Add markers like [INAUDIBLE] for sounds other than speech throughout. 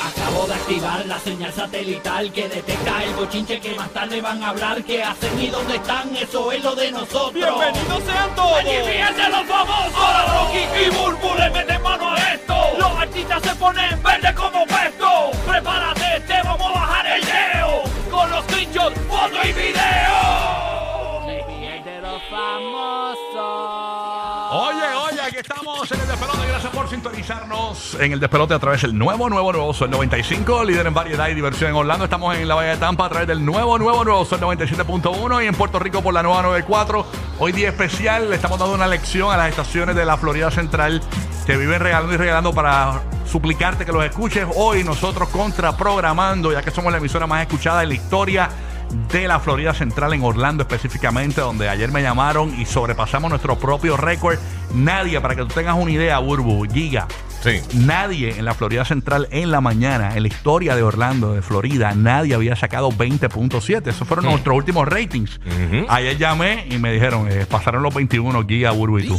Acabo de activar la señal satelital que detecta el bochinche que más tarde van a hablar. ¿Qué hacen y dónde están? Eso es lo de nosotros. ¡Bienvenidos sean todos! ¡Allí fíjense los famosos! Ahora Rocky y Burbu le meten mano a esto. Los artistas se ponen verde como puesto. Prepárate, te vamos a bajar el leo. Con los trinchos, foto y video. de los famosos. Oye, oye, aquí estamos en el despelote. Gracias por sintonizarnos en el despelote a través del nuevo, nuevo, nuevo Sol 95, líder en variedad y diversión en Orlando. Estamos en la Bahía de Tampa a través del nuevo, nuevo, nuevo Sol 97.1 y en Puerto Rico por la nueva 94. Hoy día especial, le estamos dando una lección a las estaciones de la Florida Central que viven regalando y regalando para suplicarte que los escuches. Hoy nosotros contraprogramando, ya que somos la emisora más escuchada en la historia de la Florida Central en Orlando específicamente, donde ayer me llamaron y sobrepasamos nuestro propio récord. Nadie, para que tú tengas una idea, Burbu, Giga, Sí. nadie en la Florida Central en la mañana, en la historia de Orlando, de Florida, nadie había sacado 20.7. Esos fueron nuestros últimos ratings. Ujú. Ayer llamé y me dijeron, eh, pasaron los 21, Giga, Burbu y tú.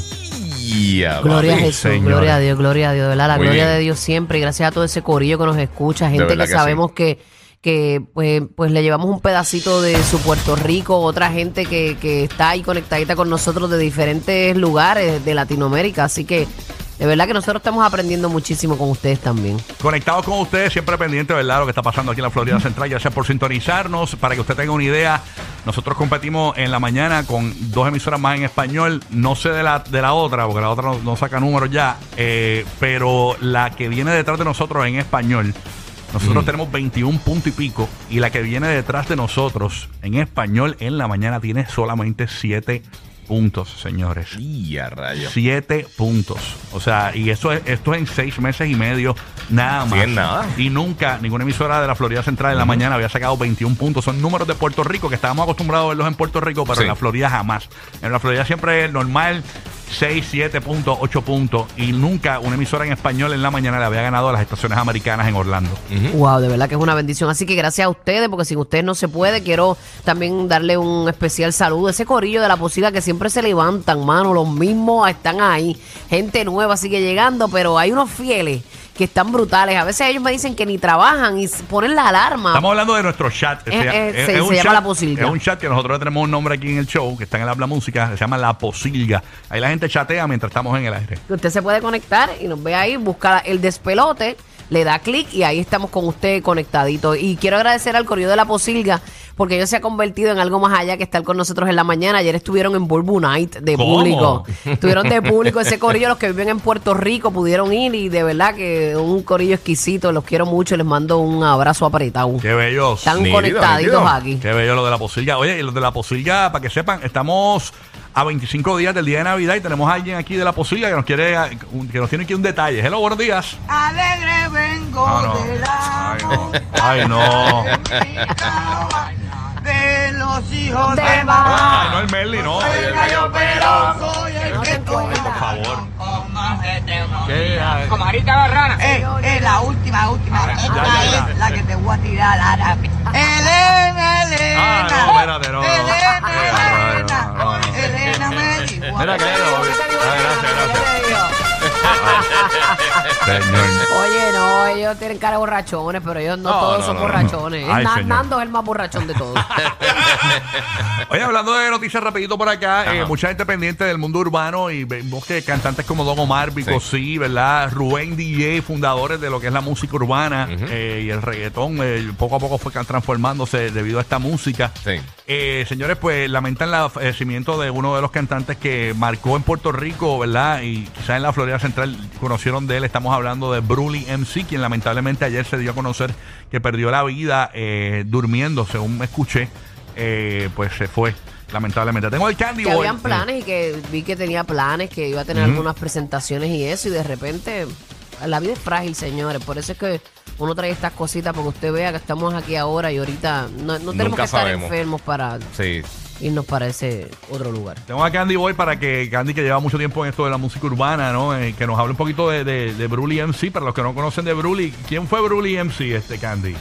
Ya, Gloria a papi. Jesús, señora. gloria a Dios, gloria a Dios, de ¿verdad? La Muy gloria bien. de Dios siempre y gracias a todo ese corillo que nos escucha, gente verdad que, que sabemos que, que pues, pues le llevamos un pedacito de su Puerto Rico, otra gente que, que está ahí conectadita con nosotros de diferentes lugares de Latinoamérica, así que de verdad que nosotros estamos aprendiendo muchísimo con ustedes también. Conectados con ustedes, siempre pendiente, ¿verdad? Lo que está pasando aquí en la Florida Central. Gracias por sintonizarnos. Para que usted tenga una idea, nosotros competimos en la mañana con dos emisoras más en español. No sé de la, de la otra, porque la otra no, no saca números ya. eh, pero la que viene detrás de nosotros en español, nosotros tenemos 21 puntos y pico. Y la que viene detrás de nosotros en español en la mañana tiene solamente 7 puntos, señores. Ya, rayo. Siete puntos. O sea, y eso es, esto es en seis meses y medio, nada Sí, más. en nada. Y nunca ninguna emisora de la Florida Central en la mañana había sacado 21 puntos. Son números de Puerto Rico que estábamos acostumbrados a verlos en Puerto Rico, pero Sí. en la Florida jamás. En la Florida siempre es normal. 6, 7 puntos, 8 puntos. Y nunca una emisora en español en la mañana le había ganado a las estaciones americanas en Orlando. Wow, de verdad que es una bendición. Así que gracias a ustedes, porque sin ustedes no se puede. Quiero también darle un especial saludo a ese corillo de la posiga que siempre se levantan, mano. Los mismos están ahí. Gente nueva sigue llegando, pero hay unos fieles que están brutales. A veces ellos me dicen que ni trabajan y s- ponen la alarma. Estamos hablando de nuestro chat. Eh, eh, se- se llama chat, La Posilga. Es un chat que nosotros le tenemos un nombre aquí en el show, que está en el Habla Música, se llama La Posilga. Ahí la gente chatea mientras estamos en el aire. que usted se puede conectar y nos ve ahí, busca el despelote, le da clic y ahí estamos con usted conectadito. Y quiero agradecer al Correo de la Posilga porque ellos se ha convertido en algo más allá que estar con nosotros en la mañana. Ayer estuvieron en Burbu Night de ¿Cómo? [LAUGHS] público. Estuvieron de público ese corillo, los que viven en Puerto Rico pudieron ir y de verdad que un corillo exquisito, los quiero mucho, les mando un abrazo apretado. Qué bellos. Están nítido, conectaditos nítido. aquí. Qué bello lo de la posilga. Oye, y los de la posilga, para que sepan, estamos a 25 días del día de Navidad y tenemos a alguien aquí de la posilga que nos quiere eh, un- que nos tiene aquí un detalle. Hello, buenos días. Alegre vengo Ah, no. de la Ay, no. Ay, no. montaña, de los hijos De de Ay, no mamá. el Merly, no. Soy Ah. el gallo pero soy el que Por toca. favor. Comarita Barrana. Eh, eh, la última, última. Esta Ah, ya, ya. es la que te voy a tirar árabe. Elena, Elena. Ah, no, espérate, no. Elena, Eh, Elena. no, no, no. Elena me dijo. Mira, que era, güey. Ah, gracias, Señor. Oye, no, ellos tienen cara de borrachones, pero ellos no, No, todos no, son no, no. borrachones. Ay, Na- señor. Nando es el más borrachón de [LAUGHS] todos. Oye, hablando de noticias rapidito por acá, Ajá. eh, mucha gente pendiente del mundo urbano y vemos que cantantes como Don Omar, Vico Sí. sí. ¿verdad? Rubén DJ, fundadores de lo que es la música urbana eh, y el reggaetón, eh, poco a poco fue can- transformándose debido a esta música. Sí. Eh, señores, pues lamentan la- el fallecimiento de uno de los cantantes que marcó en Puerto Rico, ¿verdad? Y quizás en la Florida Central conocieron de él. Estamos hablando de Bruli MC, quien lamentablemente ayer se dio a conocer que perdió la vida eh, durmiendo, según me escuché. Eh, pues se fue, lamentablemente. Tengo el Candy que Boy. habían planes y que vi que tenía planes, que iba a tener algunas presentaciones y eso, y de repente la vida es frágil, señores. Por eso es que uno trae estas cositas porque usted vea que estamos aquí ahora y ahorita no, no tenemos Nunca que estar sabemos. enfermos para [LAUGHS] Sí. irnos para ese otro lugar. Eh, Tengo a Candy Boy para que Candy, que lleva mucho tiempo en esto de la música urbana, ¿no? Eh, que nos hable un poquito de, de, de Brully MC. Para los que no conocen de Brully, ¿quién fue Brully MC, este Candy?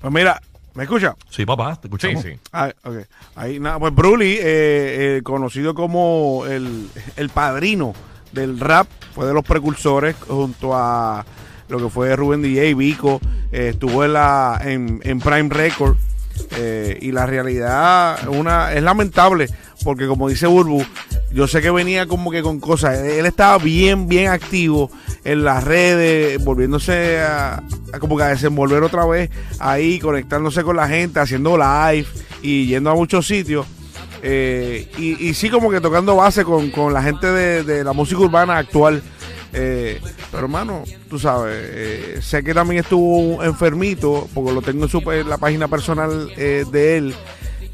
Pues mira, ¿me escucha? Sí, papá, te Sí, escuchamos. sí. Ah, ok. Ahí, nada, pues Bruli, eh, eh, conocido como el, el padrino del rap, fue de los precursores junto a lo que fue Rubén DJ, Vico, eh, estuvo en, la, en, en Prime Record. eh, y la realidad es una, es lamentable, porque como dice Burbu, yo sé que venía como que con cosas. Él estaba bien, bien activo en las redes, volviéndose a, a como que a desenvolver otra vez ahí, conectándose con la gente, haciendo live y yendo a muchos sitios. Eh, y, y sí, como que tocando base con, con la gente de, de la música urbana actual. Eh, pero hermano, tú sabes, eh, sé que también estuvo enfermito, porque lo tengo en, su- en la página personal eh, de él.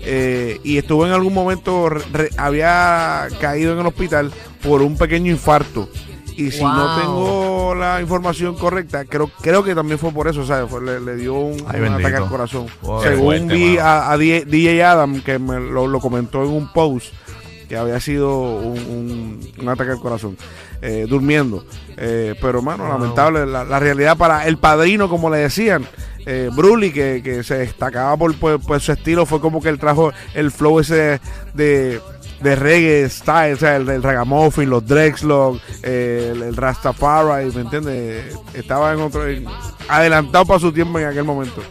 eh, y estuvo en algún momento, re- re- había caído en el hospital por un pequeño infarto. Y si no Wow. tengo la información correcta, creo, creo que también fue por eso, ¿sabes? Fue- le, le dio un, Ay, un bendito. ataque al corazón. Wow. Según Fuerte, vi mano. a, a DJ, DJ Adam, que me lo, lo comentó en un post, que había sido un, un- un ataque al corazón, eh, durmiendo. Eh, pero, hermano, lamentable la, la realidad para el padrino, como le decían. Eh, Bruli, que, que se destacaba por, por- por su estilo, fue como que él trajo el flow ese de, de reggae style, o sea, el, el ragamuffin, los Drexlock, eh, el, el Rastafari, ¿me entiendes? Estaba en otro, en- adelantado para su tiempo en aquel momento.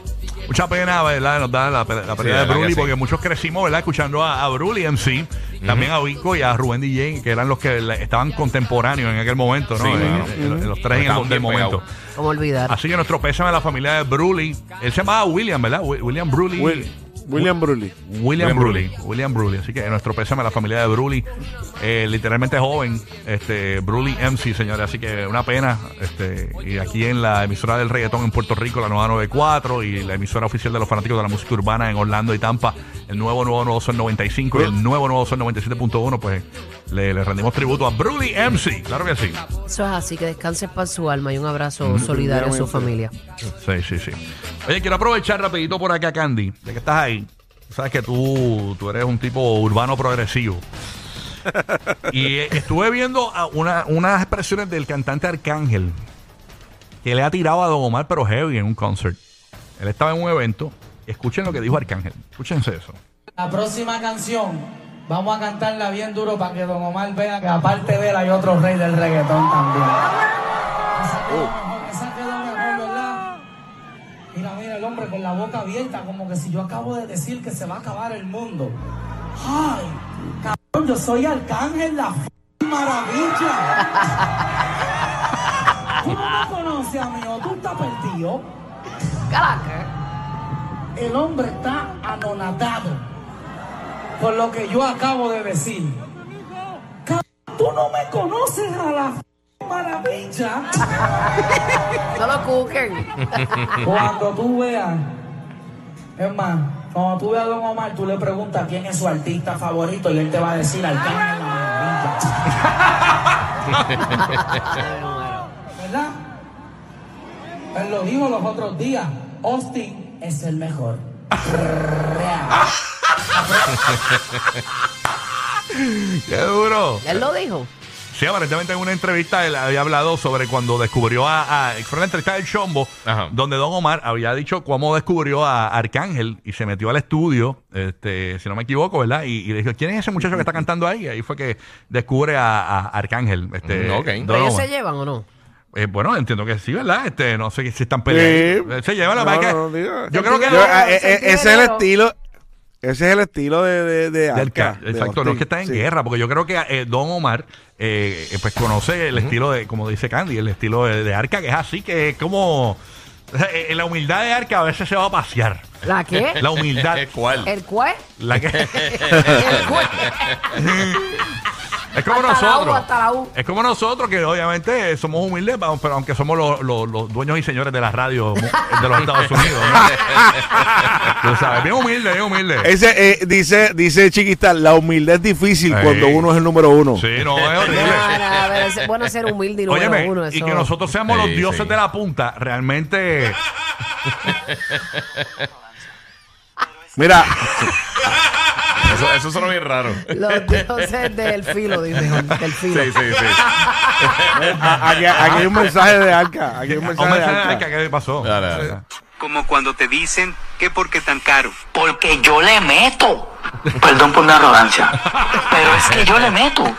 Mucha pena, ¿verdad? Nos da la, pe- la la pelea de verdad Bruli, que sí. porque muchos crecimos, ¿verdad? Escuchando a, a Bruli en sí, también a Vico y a Rubén DJ, que eran los que le- estaban contemporáneos en aquel momento, ¿no? Sí, Eh, mano. eh, los- Los tres en el, Estaban del bien momento. pegados. ¿Cómo olvidar? Así que nuestro pésame a la familia de Bruli. Él se llamaba William, ¿verdad? Wi- William Bruli. Will- William Bruley. William William Bruley. William Bruley. Así que nuestro pésame a la familia de Bruley. Eh, literalmente joven, este Bruley MC, señores. Así que una pena. Este, y aquí en la emisora del reggaetón en Puerto Rico, la nueva 94, y la emisora oficial de los fanáticos de la música urbana en Orlando y Tampa, el nuevo nuevo nuevo son 95 y el nuevo nuevo son 97.1, pues le, le rendimos tributo a Bruley MC. Claro que sí. Eso es así, que descanses para su alma y un abrazo solidario a su familia. Sí, sí, sí. Oye, quiero aprovechar rapidito por acá, Candy, de que estás ahí. Sabes que tú, tú eres un tipo urbano progresivo. y eh, estuve viendo a una- unas expresiones del cantante Arcángel que le ha tirado a Don Omar, pero heavy en un concert. Él estaba en un evento. Escuchen lo que dijo Arcángel. Escúchense eso. La próxima canción vamos a cantarla bien duro para que Don Omar vea que aparte de él hay otro rey del reggaetón también. Esa quedó mejor, esa quedó mejor, ¿verdad? Mira, mira, el hombre con la boca abierta, como que si yo acabo de decir que se va a acabar el mundo. ¡Ay! Cabrón, yo soy Arcángel, la f maravilla. ¿Tú no me conoces, amigo? ¿Tú estás perdido? El hombre está anonadado por lo que yo acabo de decir. Ca- Tú no me conoces a la f- maravilla. No lo cuquen. Cuando tú veas, es más, cuando tú veas a Don Omar, tú le preguntas quién es su artista favorito y él te va a decir Arcángel la maravilla. ¿Verdad? Él lo dijo los otros días. Austin es el mejor. Real. ¡Qué duro! Él lo dijo. Sí, aparentemente en una entrevista él había hablado sobre cuando descubrió a. a- fue una entrevista del Chombo, Ajá. donde Don Omar había dicho cómo descubrió a Arcángel y se metió al estudio, este, si no me equivoco, ¿verdad? Y, y le dijo, ¿quién es ese muchacho que está cantando ahí? Y ahí fue que descubre a, a Arcángel. Este, Mm, ok. Don ¿Pero ellos Omar. se llevan o no? Eh, bueno, entiendo que sí, ¿verdad? Este, no sé si están peleando. Eh, Sí. Se lleva la No, verdad que- no, no, diga. Yo creo que. Yo, ah, eh, eh, sentido ese es el enero. estilo. Ese es el estilo de, de, de Del Arca, ca- de exacto, no Austin, es que está en sí. guerra, porque yo creo que eh, Don Omar eh, eh, pues conoce el estilo de, como dice Candy, el estilo de, de Arca, que es así, que es como o sea, eh, la humildad de Arca a veces se va a pasear. ¿La qué? [LAUGHS] La humildad. [LAUGHS] Eh, ¿Cuál? ¿El cué? la que, ¿El cué? es como [LAUGHS] Hasta la U, nosotros. hasta la U. Es como nosotros, que obviamente eh, somos humildes, pa- pero aunque somos los, los- los dueños y señores de la radio mu- de los Estados Unidos. [LAUGHS] ¿no? Tú sabes, bien humilde, bien humilde. Ese, eh, dice, dice Chiquistal, la humildad es difícil Sí. cuando uno es el número uno. Sí, no, es horrible. No, [LAUGHS] no, pero es bueno ser humilde y número Óyeme, uno. y eso- que nosotros seamos Sí, los dioses sí. de la punta, realmente. [LAUGHS] Mira, Eso, eso suena bien raro. Los dioses del filo, dice del filo. Sí, sí, sí. a- eh, aquí, aquí hay un mensaje de Arca. Aquí hay un Hombre, mensaje de ¿sabes Arca. ¿Qué qué pasó? Dale, dale. Como cuando te dicen que porque tan caro. Porque yo le meto. Perdón por mi arrogancia. Pero es que yo le meto. [LAUGHS]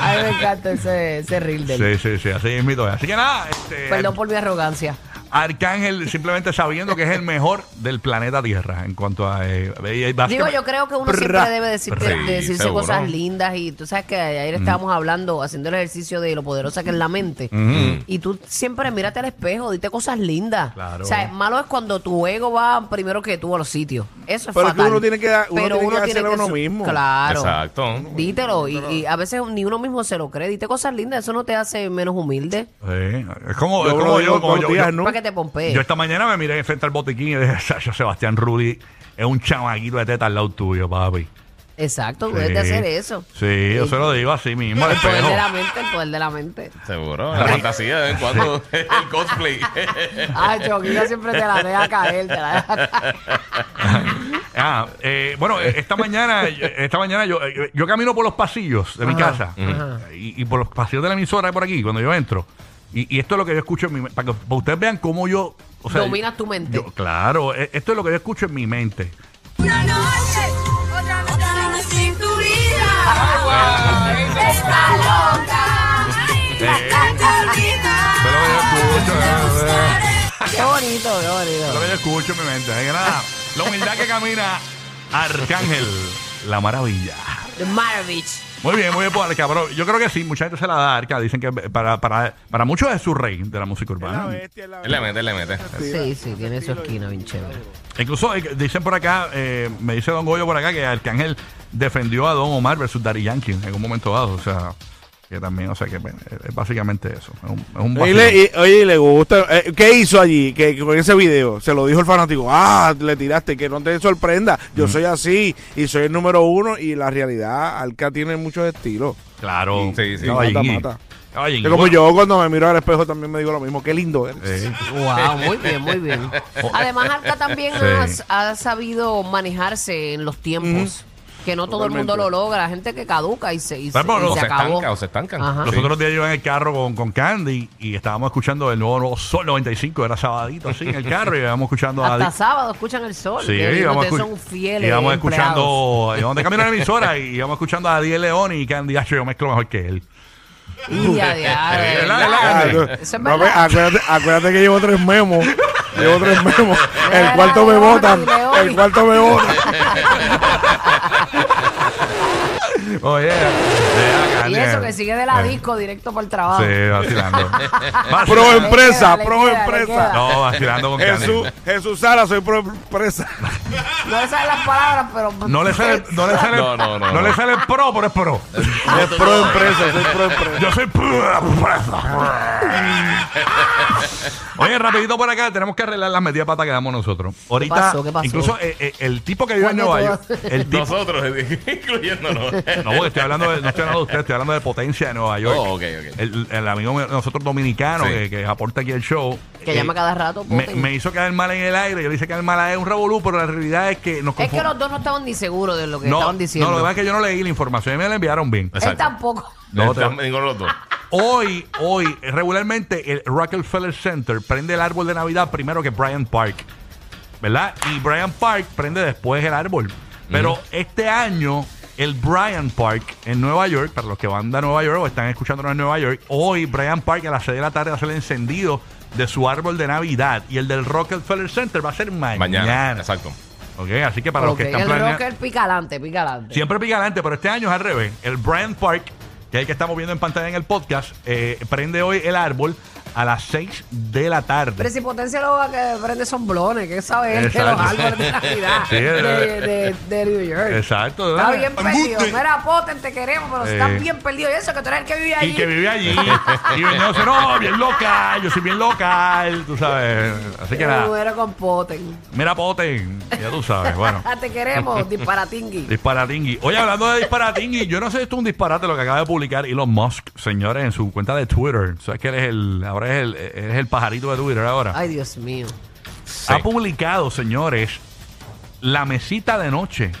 Ay, me encanta ese, ese reel de Sí, él. sí, sí, así es mito. Así que nada, este, Perdón por mi arrogancia. Arcángel simplemente sabiendo que es el mejor del planeta Tierra en cuanto a... eh, eh, Digo, básicamente- yo creo que uno siempre Prra. debe decirte- Sí, decirse seguro. cosas lindas y tú sabes que ayer Mm. estábamos hablando, haciendo el ejercicio de lo poderosa que es la mente. Mm-hmm. Y tú siempre mírate al espejo, dite cosas lindas. Claro. O sea, malo es cuando tu ego va primero que tú a los sitios. Eso es Pero es que fatal. uno tiene que dar- uno tiene que dárselo a uno su- mismo. Claro. Exacto. Dítelo y, y a veces ni uno mismo se lo cree. Dite cosas lindas, eso no te hace menos humilde. Sí, es como Yo es lo como digo yo, como todos yo, los días, yo- ¿no? Para que te pompees. yo esta mañana me miré frente al botiquín y dije, "Sacho, Sebastián Rudy es un chamaquito de teta al lado tuyo, papi. Exacto, tú Sí. debes de hacer eso. Sí, yo se lo digo así mismo al El poder espejo. de la mente, el poder de la mente. Seguro, la fantasía de vez en [LAUGHS] cuando el cosplay. [LAUGHS] Ah, Choquita siempre te la deja caer, te la deja caer. Ah, eh, bueno, eh, esta mañana, eh, esta mañana yo, eh, yo camino por los pasillos de mi casa eh, y, y por los pasillos de la emisora por aquí cuando yo entro. Y, y esto es lo que yo escucho en mi para que para ustedes vean cómo yo o sea, Dominas tu mente. yo- claro, eh, esto es lo que yo escucho en mi mente. Una noche, otra noche, otra noche sin tu vida. Está loca. Bastante olvidada. Pero yo escucho, eh, eh. Qué bonito, qué Lo bonito. que yo escucho en mi mente. Así que nada, la humildad que camina Arcángel, la maravilla. The Maravich. Muy bien, muy bien por Arca, bro. Yo creo que sí, mucha gente se la da a Arca. Dicen que para, para, para muchos es su rey de la música La urbana. bestia, la Él le mete, él le mete. Sí, sí, tiene su esquina bien chévere. Incluso eh, dicen por acá, eh, me dice Don Goyo por acá, que Arcángel defendió a Don Omar versus Daddy Yankee en un momento dado. O sea, que también, o sea, que bueno, es básicamente eso. Es un, es un Y vacilón. le- y- oye, y le gusta. eh, ¿Qué hizo allí? Que que con ese video se lo dijo el fanático. Ah, le tiraste, que no te sorprenda. Yo soy así y soy el número uno. Y la realidad, Alca tiene muchos estilos. Claro. Sí, sí. Caballín. Mata, mata. Caballín. Que como yo cuando me miro al espejo también me digo lo mismo. Qué lindo eres. Sí. Wow, muy bien, muy bien. Además, Arca también Sí. has- ha, sabido manejarse en los tiempos. Que no todo el mundo lo Totalmente. logra. Gente que caduca y se, y se, Pero, pero, y O se se acabó. estanca, o se estancan. Ajá. Los Sí. otros días yo en el carro con, con Candy y estábamos escuchando el nuevo, nuevo Sol 95, era sabadito así en el carro y íbamos escuchando a... Hasta sábado escuchan el sol. Sí, que íbamos, ustedes escu- son fieles. íbamos empleados. escuchando, íbamos de camino a la emisora y íbamos escuchando a Adiel León y Candy, "Acho, yo mezclo mejor que él. Y eh, a diario, ¿Verdad, Ah, ¿verdad? verdad? yo- Eso es no, ve, verdad. acuérdate, acuérdate que llevo tres memos. Llevo tres memos. El Era cuarto me Leona botan. y Leoni. El cuarto me botan. Oye, eh, Y Candy, eso que eh, sigue de la eh, disco directo para el trabajo. Sí, [LAUGHS] vacilando. Pro vacilando. empresa, le pro queda, le queda. empresa. No, vacilando con Candy. Jesús, Jesús Sara, soy pro empresa. No le saben las palabras, pero. No le sale, no le sale, No, no, no. no le sale pro, pero es pro. Es [LAUGHS] pro empresa, soy pro empresa. Yo soy Oye, rapidito por acá, tenemos que arreglar las medidas pata que damos nosotros. Ahorita, pasó? ¿Qué pasó? incluso eh, eh, el tipo que vive en ¿Cuál de Nueva York, todas? el tipo, Nosotros, [LAUGHS] incluyéndonos. [LAUGHS] no, porque estoy hablando de, no estoy hablando de usted, estoy hablando de potencia de Nueva York. Oh, ok, ok. El, el amigo mío, nosotros dominicano Sí. que, que aporta aquí el show. Que eh, llama cada rato. Me, ponte. me hizo quedar mal en el aire, yo le hice quedar mal a él, un revolú, pero la realidad es que nos Es que confund- los dos no estaban ni seguros de lo que no, estaban diciendo. no, lo que pasa es que yo no leí la información y me la enviaron bien. Él tampoco. No, No, te- ninguno de los dos. Hoy, hoy, regularmente el Rockefeller Center prende el árbol de Navidad primero que Bryant Park, ¿verdad? Y Bryant Park prende después el árbol. Pero este año, el Bryant Park en Nueva York, para los que van de Nueva York o están escuchándonos en Nueva York, hoy Bryant Park a las 6 de la tarde va a ser el encendido de su árbol de Navidad y el del Rockefeller Center va a ser mañana. Mañana. Exacto. Ok, así que para Ok, los que están el planeando... rocker pica adelante, pica adelante. Siempre pica adelante, pero este año es al revés. El Brand Park, que es el que estamos viendo en pantalla en el podcast, eh, prende hoy el árbol a las 6 de la Pero tarde. si potencia lo va que prende son blones, que sabe él de los Exacto. árboles de Navidad Sí, de, de- de- de New York. Exacto. Está ¿verdad? bien perdido. Mira, Poten, te queremos, pero Eh. estás bien perdido. Y eso, que tú eres el que vive Y allí. que vive [LAUGHS] allí. y venía a decir, no, bien local, yo soy bien local, tú sabes. Así que Yo me nada. muero con Poten. Mira, Poten, ya tú sabes. Bueno. te queremos, disparatingui. Disparatingui. Oye, hablando de disparatingui, yo no sé si esto es un disparate lo que acaba de publicar Elon Musk, señores, en su cuenta de Twitter. Sabes que él es el, ahora es el, es el pajarito de Twitter ahora. Ay, Dios mío. ha publicado, señores, la mesita de noche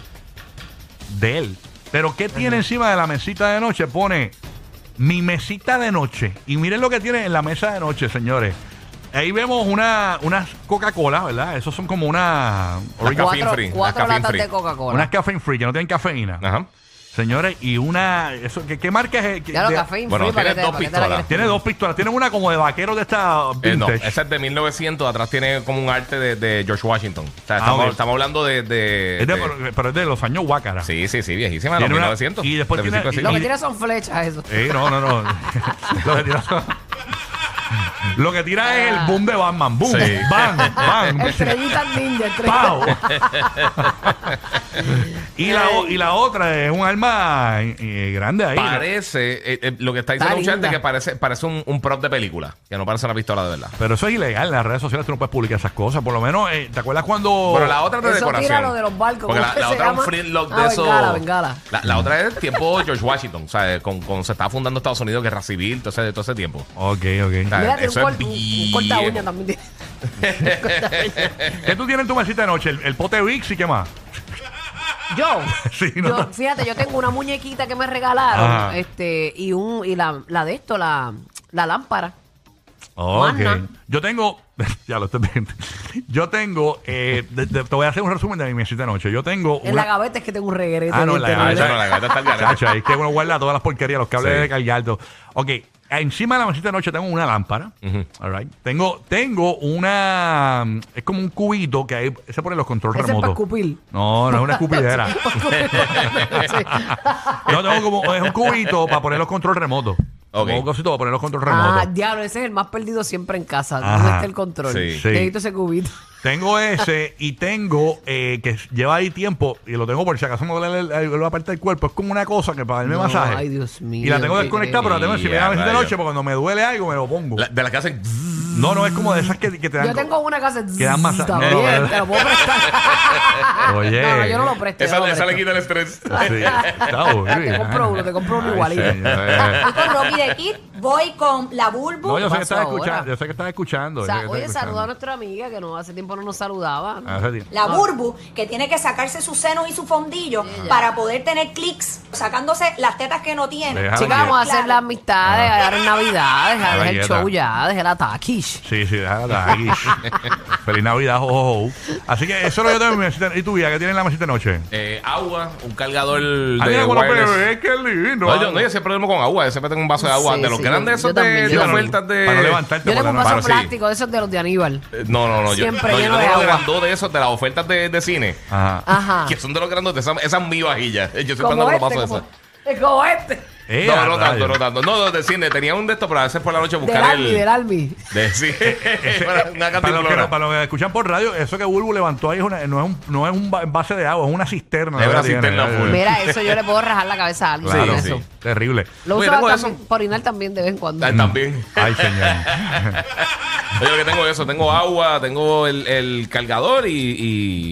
de él. Pero ¿qué tiene encima de la mesita de noche? Pone mi mesita de noche. Y miren lo que tiene en la mesa de noche, señores. Ahí vemos una, unas Coca-Cola, ¿verdad? Esos son como una, Ahorita cuatro caffeine free, cuatro caffeine latas free. de Coca-Cola. unas caffeine free que no tienen cafeína. Ajá. Señores, y una. Eso, ¿qué, qué marca es? eh, que- Ya lo de- café Bueno, free, ¿para tiene qué te- dos para qué te la pistolas. quieres? Tiene dos pistolas. Tiene una como de vaquero de esta Eh, no, vintage. esa es de 1900. Atrás tiene como un arte de, de George Washington. O sea, Ah, estamos, ok. estamos hablando de. de- Es de- de- pero, pero es de los años guácara. sí, sí, sí, viejísima, de Tiene una- 1900. y después de tiene- principio Lo de que siglo. tiene son flechas, eso. Sí, no, no, no. lo que tira, lo que tira es el boom de Batman. Boom, Sí. bam, bam. Estrellitas ninja, estrellitas. ¡Pau! y, la, o- y la otra es un arma eh, grande ahí. ¿no? Parece, eh, eh, lo que está diciendo Está mucha gente linda. que parece, parece un, un prop de película, que no parece una pistola de verdad. Pero eso es ilegal. En las redes sociales tú no puedes publicar esas cosas. Por lo menos, eh, ¿te acuerdas cuando.? Pero la otra es de Eso decoración. tira lo de los barcos, Porque ¿cómo la, que la se otra es un llama? free lock de Ah, eso. bengala, bengala. La, la otra es tiempo George Washington, o sea, con, con- se estaba fundando Estados Unidos, guerra civil, todo ese, todo ese tiempo. Ok, ok. Ah, Mira, tiene eso un, es cor- un- un corta uña viejo. también. tiene. ¿Qué tú tienes en tu mesita de noche? ¿El, el pote Vicks y qué más? Yo, Sí, no. yo, fíjate, yo tengo una muñequita que me regalaron, Ajá. este, y un, y la, la de esto, la, la lámpara. Oh, Ok. Juana. Yo tengo. [LAUGHS] ya lo estoy viendo. Yo tengo. eh, de- de- te voy a hacer un resumen de mi mesita de noche. Yo tengo. En la gaveta es que tengo un reguero. Ah, no, en la Ah, esa gaveta. no, la gaveta está al garete. [LAUGHS] Chacho, ahí es que uno guarda todas las porquerías, los cables Sí. de cargar, todo. Ok, encima de la mesita de noche tengo una lámpara. All right. Tengo, tengo una. mm, Es como un cubito que ahí se pone los controles Ese es para remotos. escupir. No, no es [LAUGHS] una escupidera. [LAUGHS] no, tengo como. Es un cubito para poner los controles remotos. Ok. Como un cosito para poner los controles Ah, remotos. diablo, ese es el más perdido siempre en casa. ¿Dónde Ajá. está el control? Sí. Sí. Necesito ese cubito. Tengo ese y tengo eh, que lleva ahí tiempo y lo tengo por si acaso me duele el- el- la parte del cuerpo. Es como una cosa que para darme No, masaje. ay, Dios mío, Y la tengo qué desconectada, pero la tengo encima de la Ya, mesita de rayos. noche porque cuando me duele algo me lo pongo. La- de la que hacen. No, no, es como de esas que, que te dan. Yo tengo una casa Que dan masa- también, No, no, te lo puedo [LAUGHS] prestar. Oye. No, no, yo no lo presto. yo Esa, no lo esa le presto. quita el estrés. [LAUGHS] Ah, Sí, [LAUGHS] está horrible. Te compro uno, te compro uno Ay, igualito. señor. [LAUGHS] Voy con Rocky de Kid, voy con la Bulbu. No, yo sé que ¿Qué pasó estás escuchando. ahora? Yo sé que estás escuchando. O yo sea, sé que oye, estás saluda a escuchando. nuestra amiga que no hace tiempo no nos saludaba. Hace tiempo. La Burbu, que tiene que sacarse sus senos y su fondillo para poder tener clics, sacándose las tetas que no tiene. Deja- Chicas, Claro. vamos a hacer las amistades, Ah. ahora es Navidad, deja, Ahora deja el quieta. show ya, deja el ataque. Sí, sí, déjala [LAUGHS] aquí. Feliz Navidad, jo, jo, jo. Así que eso lo yo tengo en mi mesita. ¿Y tu vida? ¿Qué tienes en la mesita de noche? Eh, agua, un cargador Ay, de mira, con los wireless. bebés, qué lindo. No, yo, no, yo siempre duermo con agua, yo siempre tengo un vaso de agua. Sí, de los sí, grandes, yo esos de, también, de yo las también. vueltas de. Para no levantarte Yo por tengo un la vaso Bueno, sí. plástico de esos de los de Aníbal. Eh, No, no, no. Yo, Siempre no, yo lleno de tengo los agua. grandotes de esos, de las ofertas de, de cine. Ajá. Ajá. Que son de los grandotes, esa, esa es mi vajilla. Eh, Yo siempre Como ando con los este, vasos de como, esos. es como este. Eh, No, no a tanto, rayos. no tanto. No, de cine, tenía un de estos, pero a veces por la noche Del buscar Albi, del el. Albi. De, [LAUGHS] sí, para una Para los, que, cantimplora. no- para los que escuchan por radio, eso que Bulbu levantó ahí es una- no, es un, no es un ba- envase de agua, es una cisterna. Es la una que tiene. eh, cisterna full. Mira, eso yo le puedo rajar la cabeza a alguien Claro, con Sí, eso. sí. Terrible. Lo Oye, usaba tengo también, eso. para orinar también de vez en cuando. Ah, También. [LAUGHS] Ay, señor. [LAUGHS] Yo lo que tengo es eso, tengo agua, tengo el, el cargador y,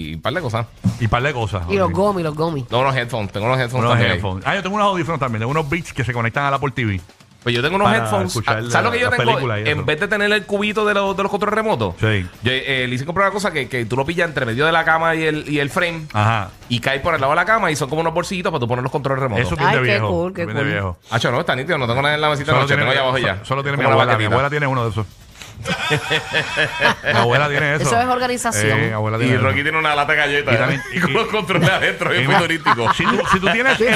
y un par de cosas. Y par de cosas. Y los ok. gomis, [LAUGHS] los gomis. No, unos headphones, tengo unos headphones Unos también. headphones. Ah, yo tengo unos audífonos también, tengo unos Beats que se conectan al Apple TV. Pues yo tengo unos Para headphones. escuchar Ah, la- ¿Sabes lo que yo las tengo? películas y eso. En vez de tener el cubito de los, de los controles remotos, Sí. yo, eh, le hice comprar una cosa que, que tú lo pillas entre medio de la cama y el, y el frame Ajá. y cae por el lado de la cama y son como unos bolsillitos para tú poner los controles remotos. Eso es bien Ay, de qué viejo. cool, qué bien de cool. viejo. Hacho, no, está nítido, no tengo nada en la mesita de noche, tengo allá abajo so- ya. solo tiene mi Como una abuela. Mi baquetita. abuela tiene uno de esos. mi abuela [LAUGHS] tiene eso. Eso es organización. Eh, mi abuela tiene Y eso. Rocky tiene una lata de galletas. Y también- y con los controles adentro, es Y más- futurístico. Si tú, si tú [LAUGHS] tienes el, Qué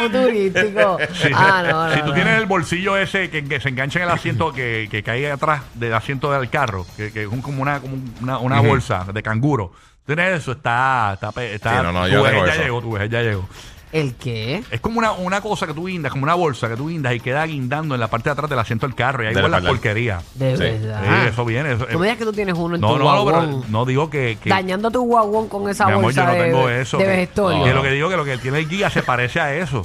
futurístico. si- Ah, no, [LAUGHS] no. si tú no. tienes el bolsillo ese que, que se engancha en el asiento que, que cae atrás del asiento del carro, que, que es un- como una, como una, una Ujú. bolsa de canguro. Tienes eso, está, está, pe- está Sí, no, no, tu yo vejez tengo ya eso. llegó, tu vejez ya llegó. ¿El qué? Es como una, una cosa que tú guindas, como una bolsa que tú guindas y queda guindando en la parte de atrás del asiento del carro y ahí De la huele la espalda. porquería. De Sí. Sí, verdad. eso viene. eso- No me digas que Ah. tú tienes uno en no, no, tu no, guaguón. pero no digo que, que Dañando tu guaguón con esa mi amor, bolsa yo no de, tengo de- eso. de que- vejestorio. que lo que digo que lo que tiene el guía se parece a eso.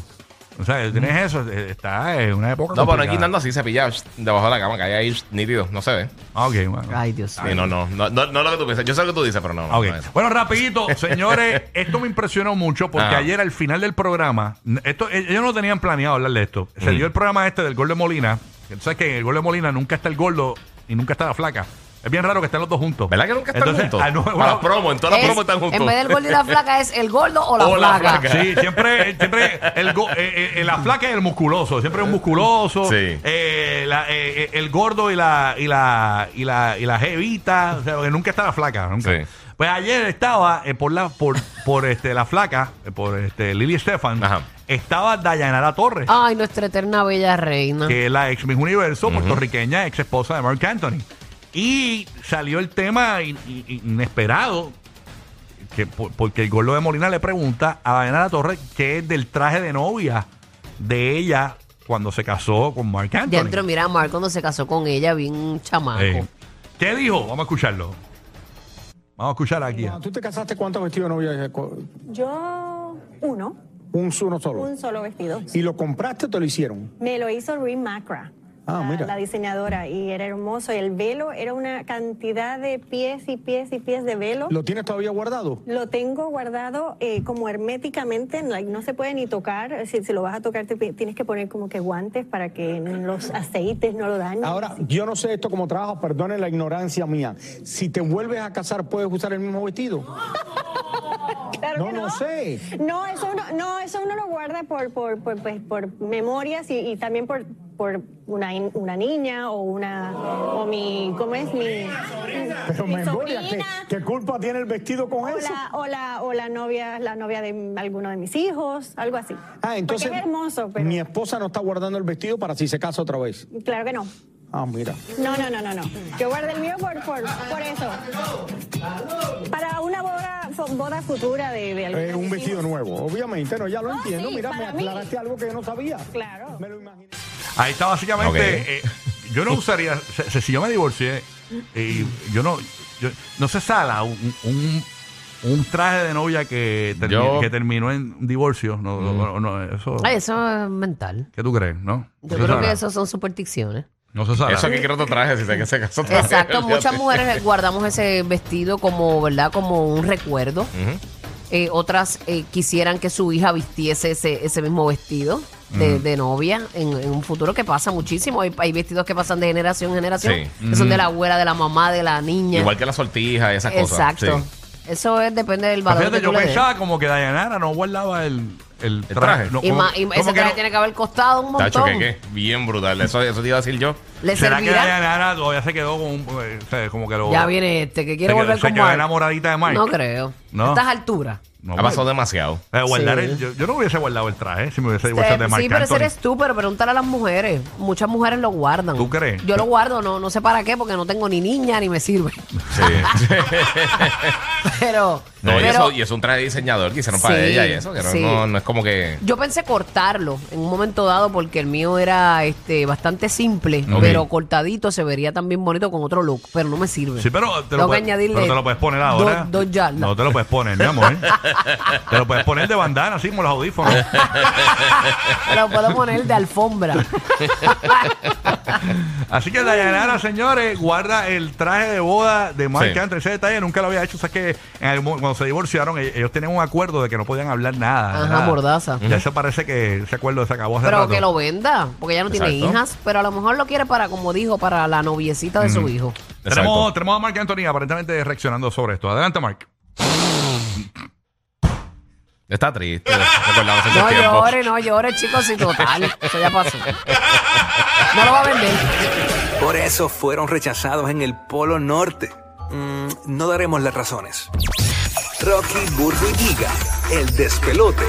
O sea, que tienes eso, eh, está en una época. No, pero no hay complicada. que ir dando así cepillado sh, debajo de la cama, que hay ahí sh, nítido, no se ve. Ah, Ok, bueno. Ay, Dios mío. Sí, no, no, no, no, no lo que tú piensas. Yo sé lo que tú dices, pero no. no, Ah, ok. no es. [LAUGHS] Bueno, rapidito, señores, esto me impresionó mucho porque Ajá. ayer al final del programa, n- esto, eh, ellos no tenían planeado hablar de esto. Se dio el programa este del gol de Molina. Tú sabes que en el gol de Molina nunca está el gordo y nunca está la flaca. Es bien raro que estén los dos juntos. ¿Verdad que nunca están Entonces, juntos? ah, no, Para bueno, las promos, en todas las Es- promos están juntos. En vez del gordo y la flaca es el gordo o la O la flaca. flaca. Sí, siempre, siempre el, go- eh, eh, eh, la flaca y el musculoso, siempre un musculoso, Sí. eh, la- eh, eh, el gordo y la y la y la y la jevita, o sea, porque nunca está la flaca, nunca. Sí. Pues ayer estaba eh, por la por por este la flaca, eh, por este Lily Stefan, Ajá. estaba Dayanara Torres, Ay, nuestra eterna bella reina. que es la ex Miss Universo puertorriqueña, ex esposa de Mark Anthony. Y salió el tema in- in- inesperado que por- porque el gordo de Molina le pregunta a Dayanara Torres qué es del traje de novia de ella cuando se casó con Mark Anthony. Dentro, mira, Mark cuando se casó con ella, bien chamaco. Eh, ¿Qué dijo? Vamos a escucharlo. Vamos a escuchar aquí. ¿Tú te casaste cuántos vestidos de novia? Cu- Yo, uno, Un uno solo. un solo vestido. ¿Y lo compraste o te lo hicieron? Me lo hizo Ree Macra. Ah, la, mira. la diseñadora, y era hermoso. Y el velo era una cantidad de pies y pies y pies de velo. ¿Lo tienes todavía guardado? Lo tengo guardado eh, como herméticamente, no, no se puede ni tocar. Si, si lo vas a tocar, te pi- tienes que poner como que guantes para que los aceites no lo dañen. Ahora, yo no sé esto como trabajo, perdonen la ignorancia mía. Si te vuelves a casar, ¿puedes usar el mismo vestido? Claro No que lo sé. No, eso uno, no, eso uno lo guarda por, por, por, pues, por memorias y, y también por, por una, in- una niña o una o mi ¿cómo es mi Pero mi memoria, ¿qué, sobrina ¿qué culpa tiene el vestido con o eso? la, o la o la novia la novia de alguno de mis hijos algo así. Ah, entonces Porque es hermoso, pero mi esposa no está guardando el vestido para si se casa otra vez. claro que no. 啊 Ah, mira. No, no, no, no, no. Yo guardé el mío por, por, por eso. Para una boda, boda futura de, de alguna Es de Eh, un mis vestido hijas. nuevo, obviamente, no, ya lo No, entiendo. sí, mira, me para mí. aclaraste algo que yo no sabía. Claro. Me lo imaginé. Ahí está Ok. básicamente. eh, yo no usaría. se- se- si yo me divorcié, eh, yo no. yo- no se sala un, un, un traje de novia que, termi- Yo- que terminó en divorcio. No, no, no, eso. Ay, eso es mental. ¿Qué tú crees? ¿No? No Yo se creo que sala. eso son supersticiones. No se sabe. Eso aquí creo que te traje si te que se casó otra vez, [LAUGHS] Exacto, olvídate. muchas mujeres guardamos ese vestido como, ¿verdad? Como un recuerdo. Eh, otras eh, quisieran que su hija vistiese ese, ese mismo vestido de, de novia en, en un futuro que pasa muchísimo. Hay, hay vestidos que pasan de generación en generación, Sí. que son de la abuela, de la mamá, de la niña. Igual que la sortija y esas cosas. Exacto. sí. Eso es, depende del valor Fíjate, que yo tú le des. pensaba como que Dayanara no guardaba el, el traje. traje. No, Y, como- ma- y como ese que traje no- tiene que haber costado un Tacho, montón. que que bien brutal. Eso, eso te iba a decir yo. ¿Le ¿Será que servirá? Dayanara todavía se quedó con un. eh, o sea, como que lo. Ya viene este, que se quiere quedó- volver se con quedó Mark. enamoradita de Mike. No creo. No. A estas alturas. No, Ha Mike. pasado demasiado. Eh, guardar Sí. el- yo, yo no hubiese guardado el traje si me hubiese divorciado de Eh, Marc sí, pero ese Anthony. eres tú, pero pregúntale a las mujeres. Muchas mujeres lo guardan. ¿Tú crees? Yo lo guardo, no, no sé para qué, porque no tengo ni niña ni [LAUGHS] me sirve. Sí. Pero, [LAUGHS] No, y, pero eso, y es un traje de diseñador que hicieron para Sí, ella y eso, que no- sí. no, no es como que... yo pensé cortarlo en un momento dado porque el mío era este bastante simple, Ok. pero cortadito se vería también bonito con otro look, pero no me sirve. Sí, pero te, Tengo lo que puedes, añadirle pero te lo puedes poner ahora. dos- dos yardas. No te lo puedes poner, mi amor. [LAUGHS] te lo puedes poner de bandana, así como los audífonos. Me [LAUGHS] lo puedo poner [LAUGHS] de alfombra. así que Dayanara, señores, guarda el traje de boda de Mark Sí. Anthony. Ese detalle nunca lo había hecho. O sea, que en algún mo- cuando se divorciaron, e- ellos tenían un acuerdo de que no podían hablar nada. de Ajá, nada. mordaza. Ya se parece que ese acuerdo se acabó hace pero rato. que lo venda, porque ya no tiene Exacto. hijas, pero a lo mejor lo quiere para, como dijo, para la noviecita de Mm. su hijo. Tenemos, Exacto. tenemos a Mark Anthony aparentemente reaccionando sobre esto. Adelante, Mark. Está triste. [LAUGHS] Recordamos esos No tiempos. llores, no llores, chicos, y total. Eso ya pasó. No lo va a vender. Por eso fueron rechazados en el Polo Norte. Mm, no daremos las razones. Rocky, Burbu y Giga, el despelote.